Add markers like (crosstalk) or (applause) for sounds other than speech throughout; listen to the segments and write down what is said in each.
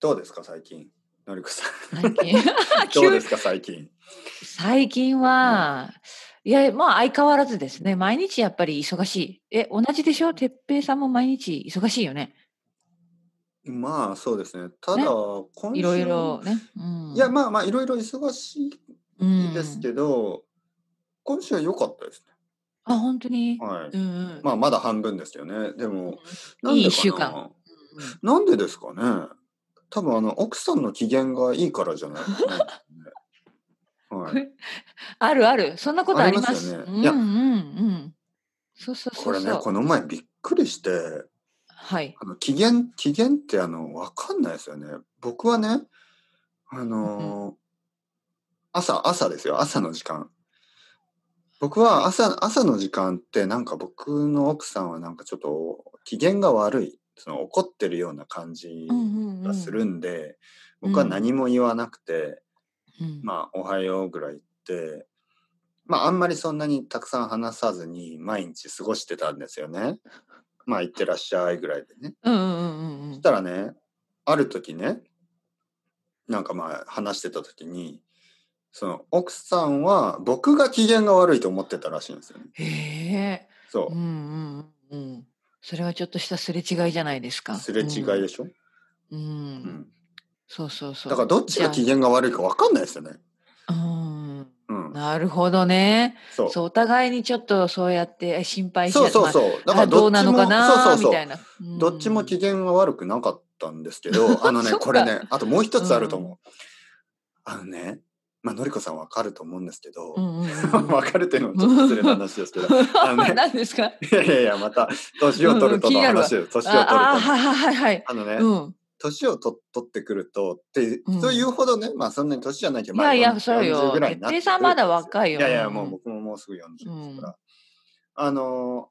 どうですか最近のりこ (laughs) さん最近どう急でにすか最近最近は、いやまあ相変わらずですね毎日やっぱり忙しいえ同じでしょ哲平さんも毎日忙しいよねまあそうですねただ、ね今週いろいろね、うん、いやまあまあいろいろ忙しういんですけど、今週は良かったですあ本当に、ねはい、うんうんまあまだ半分ですよねでもなんでかないい一週間うんなんでですかね多分あの奥さんの機嫌がいいからじゃないか (laughs) な、はい、あるあるそんなことありますありますようねんいやうんうんそうそうそこうれそうねこの前びっくりしてはいあの機嫌機嫌ってあの分かんないですよね僕はねあのー朝朝ですよ朝の時間僕は朝朝の時間ってなんか僕の奥さんはなんかちょっと機嫌が悪いその怒ってるような感じうんうんうんがするんで、僕は何も言わなくて、うんまあ、おはようぐらい言って、まあ、あんまりそんなにたくさん話さずに毎日過ごしてたんですよね。まあ、行ってらっしゃいぐらいでね。うんうんうんうそしんたらね、ある時ね、なんかまあ、話してた時に、その奥さんは僕が機嫌が悪いと思ってたらしいんですよね。へえそうんうんうんうんそれはちょっとしたすれ違いじゃないですう。かすれ違いでしょ、うん、うんうん、そうそうそうだからどっちが機じ嫌が悪いか分かんないですよね。ゃあうんうん。なるほどねそう。そうお互いにちょっとそうやってえ心配しそうそうそう。だだかかららどどっうなちのも、かなそうそうそうみ。たいな、うんどっちも機嫌が悪くなかったんですけ (laughs) ど、あのね、そっかこれね、あともう一つあると思う。あのね、まあ、のりこさんわかると思うんですけど、うんうんうん (laughs) わ、かるというのもちょっと失礼な話ですけど、あのね (laughs) 何ですかいやいやいや、また、年を取るとの話です。年を取るとの。あああはいはいはいはい、のね、うん年を取取ってくると、ってう、んそういうほどね、まあそんなに年じゃないけど、いやいまあやそう40よぐらいになってくる哲平さんまだ若いよいやいや、もううん僕ももうすぐ40ですから。うあのー、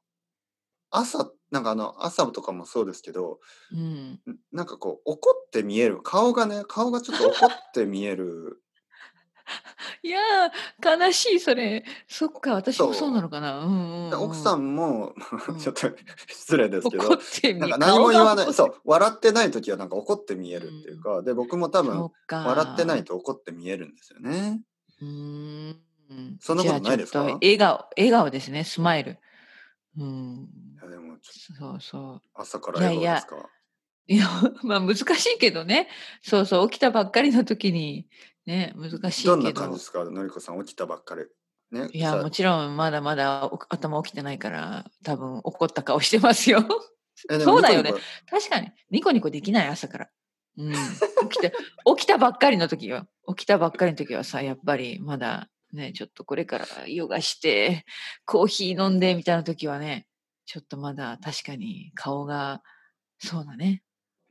朝、なんかあの、朝とかもそうですけど、うんんなんかこう怒って見える顔がね顔がちょっと怒って見えるいやー悲しいそれそっか私もそうなのかな、うんうんで奥さもんもうんちょっと (laughs) 失礼ですけ (laughs) 怒っどてみなんか何も言わないそうう笑ってない時はなんか怒って見えるっていうか、で僕も多分笑ってないとと怒って見えるんですよねうーんそんなことないですかじゃあちょっと笑顔笑顔ですねスマイルうんいやでもちょそうそう朝から笑顔ですかいや (laughs) まあ難しいけどねそうそう起きたばっかりの時にね難しいけどどんな感じですかのりこさん起きたばっかりねいやさもちろんまだまだお頭起きてないから多分怒った顔してますよえでもそうだよニねコニ確かにニコニコできない朝から、うん、起きて (laughs) 起きたばっかりの時よ起きたばっかりの時はさやっぱりまだねちょっとこれからヨガしてコーヒー飲んでみたいな時はねちょっとまだ確かに顔がそうだね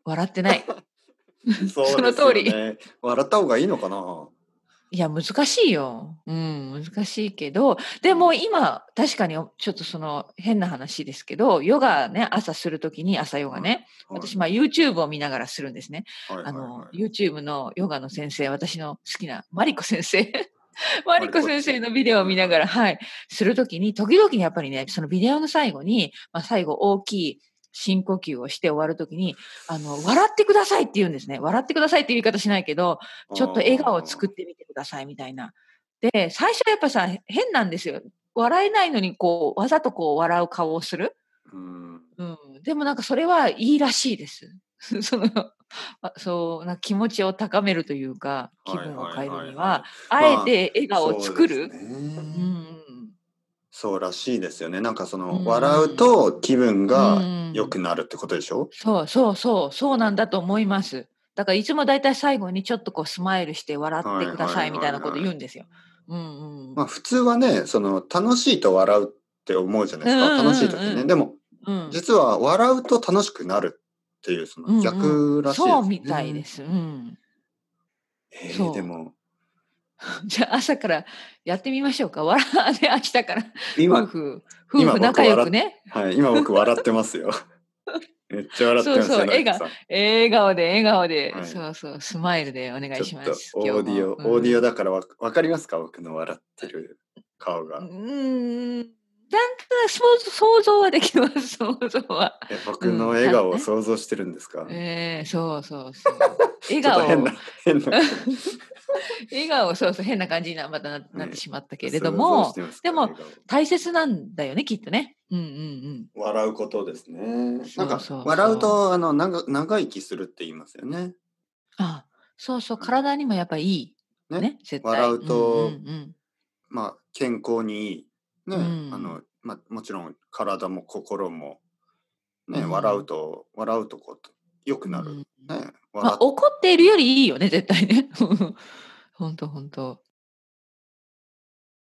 笑ってない (laughs) コそうですよね笑った方がいいのかないや、難しいよ。うん、難しいけど、でも今、確かにちょっとその変な話ですけど、ヨガね、朝するときに朝ヨガね、はい私、まあ YouTube を見ながらするんですね。はいあはいのは、い YouTube のヨガの先生、私の好きなマリコ先生。 (laughs) マリコ先生のビデオを見ながら、はい、するときに、時々やっぱりね、そのビデオの最後に、まあ、最後大きい深呼吸をして終わるときに、あの、笑ってくださいって言うんですね。笑ってくださいっていう言い方しないけど、ちょっと笑顔を作ってみてくださいみたいな。で、最初はやっぱさ、変なんですよ。笑えないのに、こう、わざとこう、笑う顔をする。うんうん。でもなんかそれはいいらしいです。 (laughs) その、あそう、なんか気持ちを高めるというか、気分を変えるには、あえて笑顔を作そうる。ですねうんそうらしいですよね。なんかその、うん笑うと気分うがん良くなるってことでしょ、そうそうそう、そうなんだと思います。だからいつもだいたい最後にちょっとこうスマイルして笑ってくださいみたいなこと言うんですよ。うんうん。まあ普通はね、その楽しいと笑うって思うじゃないですか。うんうんうんうん楽しい時ね。でもうん、実は笑うと楽しくなるっていうその逆らしいです、ね。そうみたいですす。うん。 (laughs) えーそうでもじゃあ朝からやってみましょうか。笑わね、明日から。夫今、婦、今夫婦仲良くね。はい、今僕笑ってますよ。 (laughs) めっちゃ笑ってますよ。そうそう成田さん笑顔で、笑顔で、はいそうそう、スマイルでお願いしちょっまとす。オーディオ、今日もオーディオだからわわかりますか僕の笑ってる顔が。うん。うーんなんとなく想像想像はできます、想像は。 (laughs) え僕の笑顔を想像してるんですか、ええそうそうそう。笑ちょっ顔と変な、変な。 (laughs) 笑顔、そうそう、変な感じになまたななってしまったけれど想像もし、てますかでも笑顔大切なんだよね、きっとね。うんうんうん。笑うことですね。そうなんそうか笑うとあの長長生きするって言いますよね。あそうそう、体にもやっぱいい。ねね絶対。笑うとんうんまあ健康にいいね、うんあのまあもちろん体も心もね、うん笑うと笑うとこと良くうんなる、うんね。ま笑あっ、 (laughs) 怒っているよりいいよね、絶対ね。本当本当。